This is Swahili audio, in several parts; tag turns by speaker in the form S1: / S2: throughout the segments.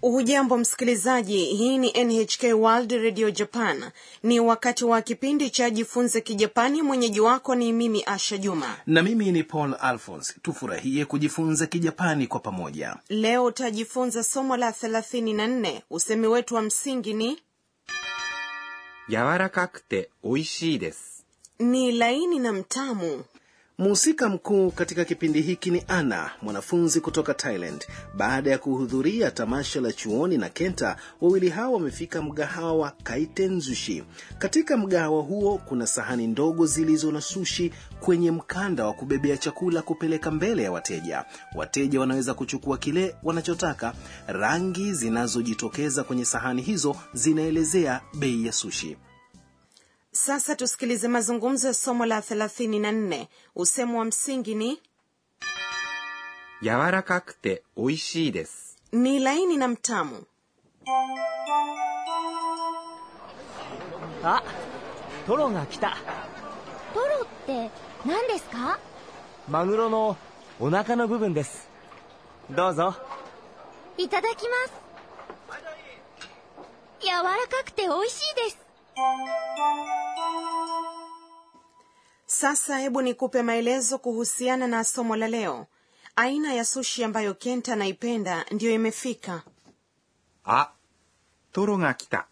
S1: hujambo msikilizaji hii ni nhk world radio japan ni wakati wa kipindi cha jifunze kijapani mwenyeji wako ni mimi asha juma
S2: na mimi ni paul alphons tufurahie kujifunza kijapani kwa pamoja
S1: leo utajifunza somo la 34 usemi wetu wa msingi ni
S3: 柔らかくて美味しいです
S1: ni laini na mtamu
S2: mhusika mkuu katika kipindi hiki ni ana mwanafunzi kutoka thailand baada ya kuhudhuria tamasha la chuoni na kenta wawili hao wamefika mgahawa wa kaiten zushi katika mgahawa huo kuna sahani ndogo zilizo na sushi kwenye mkanda wa kubebea chakula kupeleka mbele ya wateja wateja wanaweza kuchukua kile wanachotaka rangi zinazojitokeza kwenye sahani hizo zinaelezea bei ya sushi
S1: sasa tusikilize mazungumzo ya somo la 34 usemi wa msingi ni
S3: 柔らかくて美味しいです
S1: ni laini na mtamu
S4: あトロが来た
S5: トロって何ですか
S4: マグロのお腹の部分ですどうぞ
S5: いただきます柔らかくて美味しいです
S1: sasa hebu nikupe maelezo kuhusiana na somo la leo aina ya sushi ambayo kenta anaipenda ndiyo imefika
S3: あトロが来た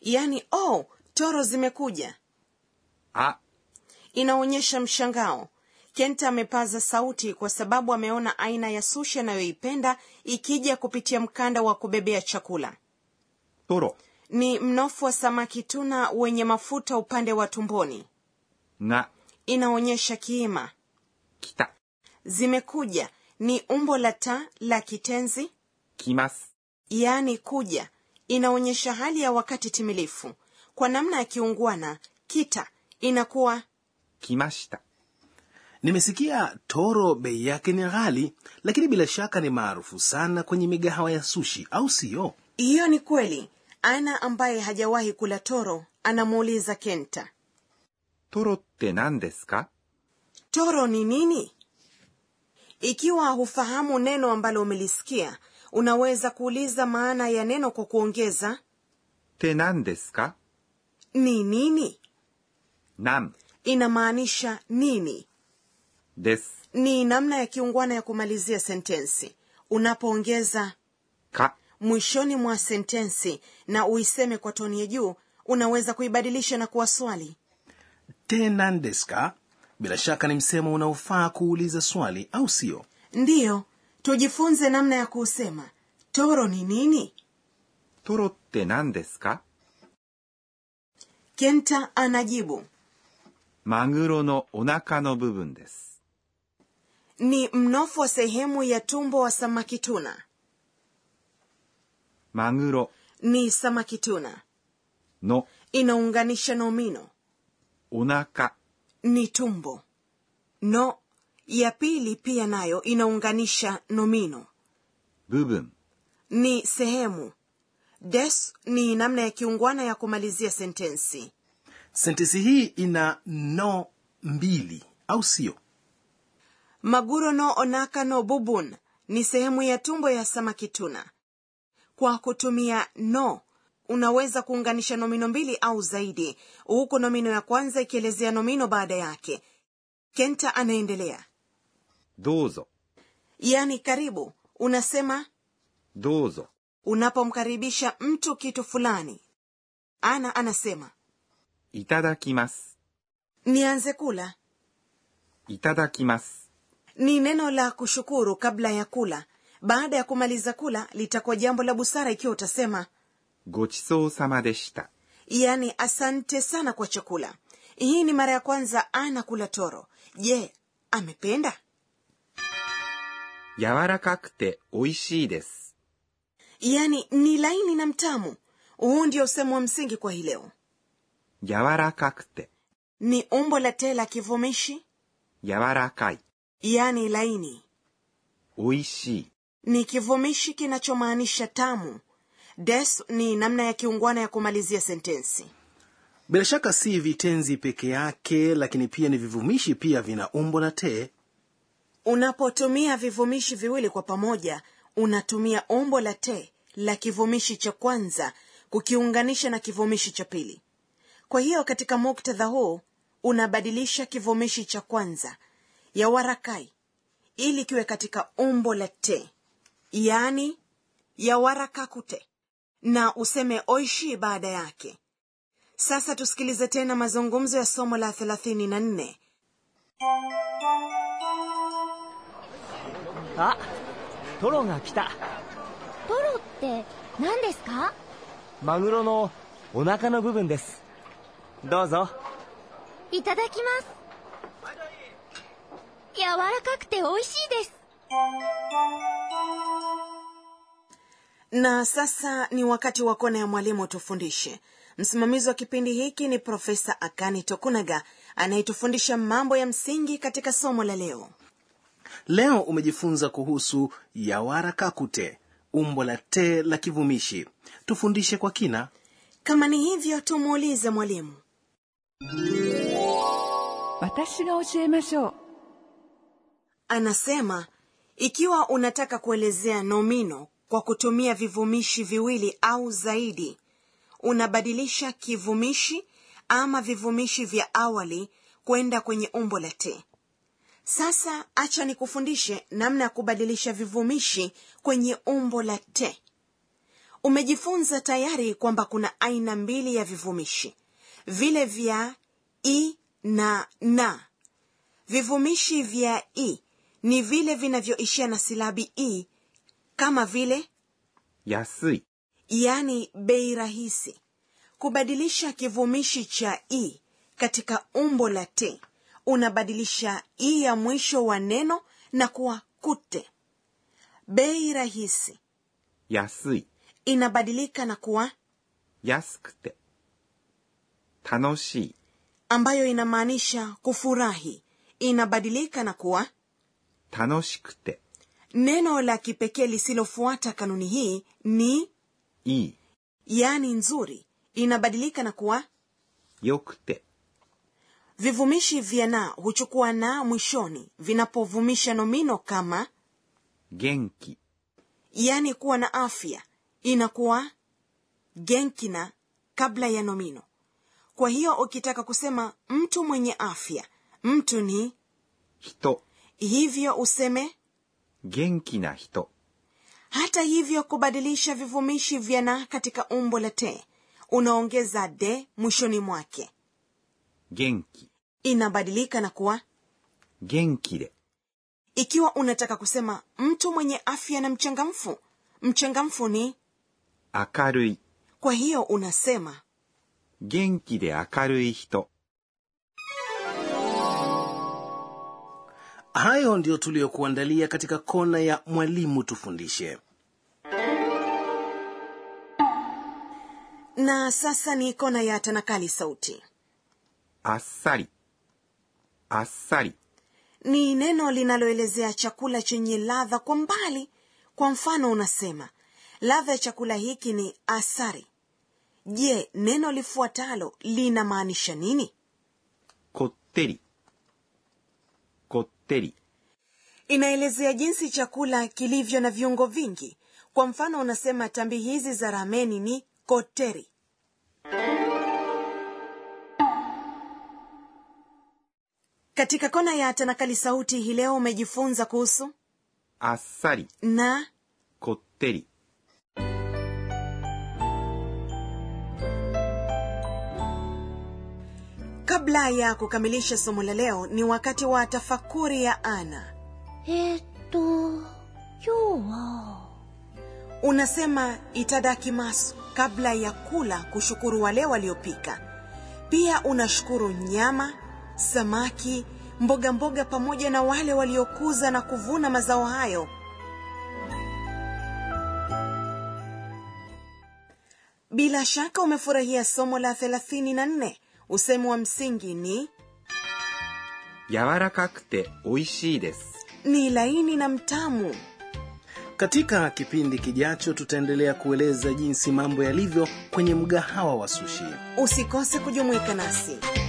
S1: yaani oh toro zimekuja
S3: あ
S1: inaonyesha mshangao kenta amepaza sauti kwa sababu ameona aina ya sushi anayoipenda ikija kupitia mkanda wa kubebea chakula
S3: トロ
S1: ni mnofu wa samaki tuna wenye mafuta upande wa tumboni
S3: が
S1: inaonyesha kiima
S3: 来た
S1: zimekuja ni umbo la ta la kitenzi
S3: 来ます
S1: yaani kuja inaonyesha hali ya wakati timilifu kwa namna ya kiungwana kita inakuwa
S3: 来ました
S2: nimesikia toro bei yake ni ghali lakini bila shaka ni maarufu sana kwenye migahawa ya sushi au siyo
S1: hiyo ni kweli ana ambaye hajawahi kula toro anamuuliza kenta
S3: トロって何ですか
S1: toro ni nini ikiwa hufahamu neno ambalo umelisikia unaweza kuuliza maana ya neno kwa kuongeza
S3: って何ですか
S1: ni nini
S3: なん
S1: inamaanisha nini
S3: です。
S1: ni namna ya kiungwana ya kumalizia sentensi unapoongeza
S3: か、
S1: mwishoni mwa sentensi na uiseme kwa toni ya juu unaweza kuibadilisha na kuwa swali
S2: tenandeska bila shaka ni msemo unaofaa kuuliza swali au sio
S1: ndiyo tujifunze namna ya kuusema toro ni nini
S3: トロって何ですか
S1: kenta anajibu
S3: マグロのお腹の部分です。
S1: ni mnofu wa sehemu ya tumbo wa samaki tuna
S3: マグロ
S1: ni samaki tuna
S3: の
S1: inaunganisha nomino
S3: お腹
S1: ni tumbo no ya pili pia nayo inaunganisha nomino
S3: 部分
S1: ni sehemu des ni namna ya kiungwana ya kumalizia sentensi
S2: sentensi hii ina no mbili au sio
S1: maguro no onaka no bubun ni sehemu ya tumbo ya samaki tuna kwa kutumia no unaweza kuunganisha nomino mbili au zaidi huku nomino ya kwanza ikielezea nomino baada yake kenta anaendelea
S3: どうぞ、
S1: yaani karibu unasema
S3: どうぞ、
S1: unapomkaribisha mtu kitu fulani ana anasema
S3: いただきます。
S1: nianze kula
S3: いただきます。
S1: ni neno la kushukuru kabla ya kula baada ya kumaliza kula litakuwa jambo la busara ikiwa utasema
S3: ごちそうさまでした。
S1: yaani asante sana kwa chakula hii ni mara ya kwanza ana kula toro je amependa
S3: 柔らかくて美味しいです。
S1: yaani ni laini na mtamu huu ndio usemo wa msingi kwa hii leo
S3: 柔らかくて、
S1: ni umbo la te la kivumishi
S3: 柔らかい、
S1: yaani laini
S3: 美味しい、
S1: ni kivumishi kinachomaanisha tamu des ni namna ya kiungwana ya kumalizia sentensi
S2: bila shaka si vitenzi peke yake lakini pia ni vivumishi pia vina umbo na te
S1: unapotumia vivumishi viwili kwa pamoja unatumia umbo la te la kivumishi cha kwanza kukiunganisha na kivumishi cha pili kwa hiyo katika muktadha huu unabadilisha kivumishi cha kwanza yawarakai ili kiwe katika umbo la te yaani yawarakakute na useme oishi baada yake sasa tusikilize tena mazungumzo ya somo la 34
S4: あトロが来た
S5: トロって何ですか
S4: マグロのお腹の部分ですどうぞ
S5: いただきます柔らかくて美味しいです
S1: na sasa ni wakati wa kona ya mwalimu tufundishe msimamizi wa kipindi hiki ni profesa akani tokunaga anayetufundisha mambo ya msingi katika somo la leo
S2: leo umejifunza kuhusu yawarakakute umbo la te la kivumishi tufundishe kwa kina
S1: kama ni hivyo tumuulize mwalimu
S6: 私が教えましょう
S1: anasema ikiwa unataka kuelezea nomino kwa kutumia vivumishi viwili au zaidi unabadilisha kivumishi ama vivumishi vya awali kwenda kwenye umbo la te sasa acha nikufundishe namna ya kubadilisha vivumishi kwenye umbo la te umejifunza tayari kwamba kuna aina mbili ya vivumishi vile vya i na na vivumishi vya i ni vile vinavyoishia na silabi i kama vile
S3: 安い、
S1: yaani bei rahisi kubadilisha kivumishi cha i katika umbo la te unabadilisha i ya mwisho wa neno na kuwa kute bei rahisi
S3: 安い、
S1: inabadilika na kuwa
S3: 安くて。楽しい、
S1: ambayo inamaanisha kufurahi inabadilika na kuwa
S3: 楽しくて、
S1: neno la kipekee lisilofuata kanuni hii ni
S3: いい、
S1: yaani nzuri inabadilika na kuwa
S3: 良くて、
S1: vivumishi vya na huchukua na mwishoni vinapovumisha nomino kama
S3: 元気、
S1: yani kuwa na afya inakuwa genkina kabla ya nomino kwa hiyo ukitaka kusema mtu mwenye afya mtu ni
S3: 人、
S1: hivyo useme
S3: 元気な人、
S1: hata hivyo kubadilisha vivumishi vya na katika umbo la te unaongeza de mwishoni mwake
S3: 元気、
S1: inabadilika na kuwa
S3: 元気で、
S1: ikiwa unataka kusema mtu mwenye afya na mchangamfu mchangamfu ni
S3: 明るい、
S1: kwa hiyo unasema
S3: 元気で明るい人。
S2: hayo ndiyo tuliyokuandalia katika kona ya mwalimu tufundishe
S1: na sasa ni kona ya tanakali sauti
S3: あっさり、あっさり、
S1: ni neno linaloelezea chakula chenye ladha kwa mbali kwa mfano unasema ladha ya chakula hiki ni asari je neno lifuatalo linamaanisha nini
S3: こってり、こってり、
S1: inaelezea jinsi chakula kilivyo na viungo vingi kwa mfano unasema tambi hizi za rameni ni koteri katika kona ya tanakali sauti hii leo umejifunza kuhusu
S3: あっさり、
S1: na
S3: こってり。
S1: kabla ya kukamilisha somo la leo ni wakati wa tafakuri ya ana
S5: えーっと今日は
S1: unasema itadakimasu kabla ya kula kushukuru wale waliopika pia unashukuru nyama samaki mboga mboga pamoja na wale waliokuza na kuvuna mazao hayo bila shaka umefurahia somo la 34 usemi wa msingi ni
S3: 柔らかくて美味しいです。
S1: ni laini na mtamu
S2: katika kipindi kijacho tutaendelea kueleza jinsi mambo yalivyo kwenye mgahawa wa sushi
S1: usikose kujumuika nasi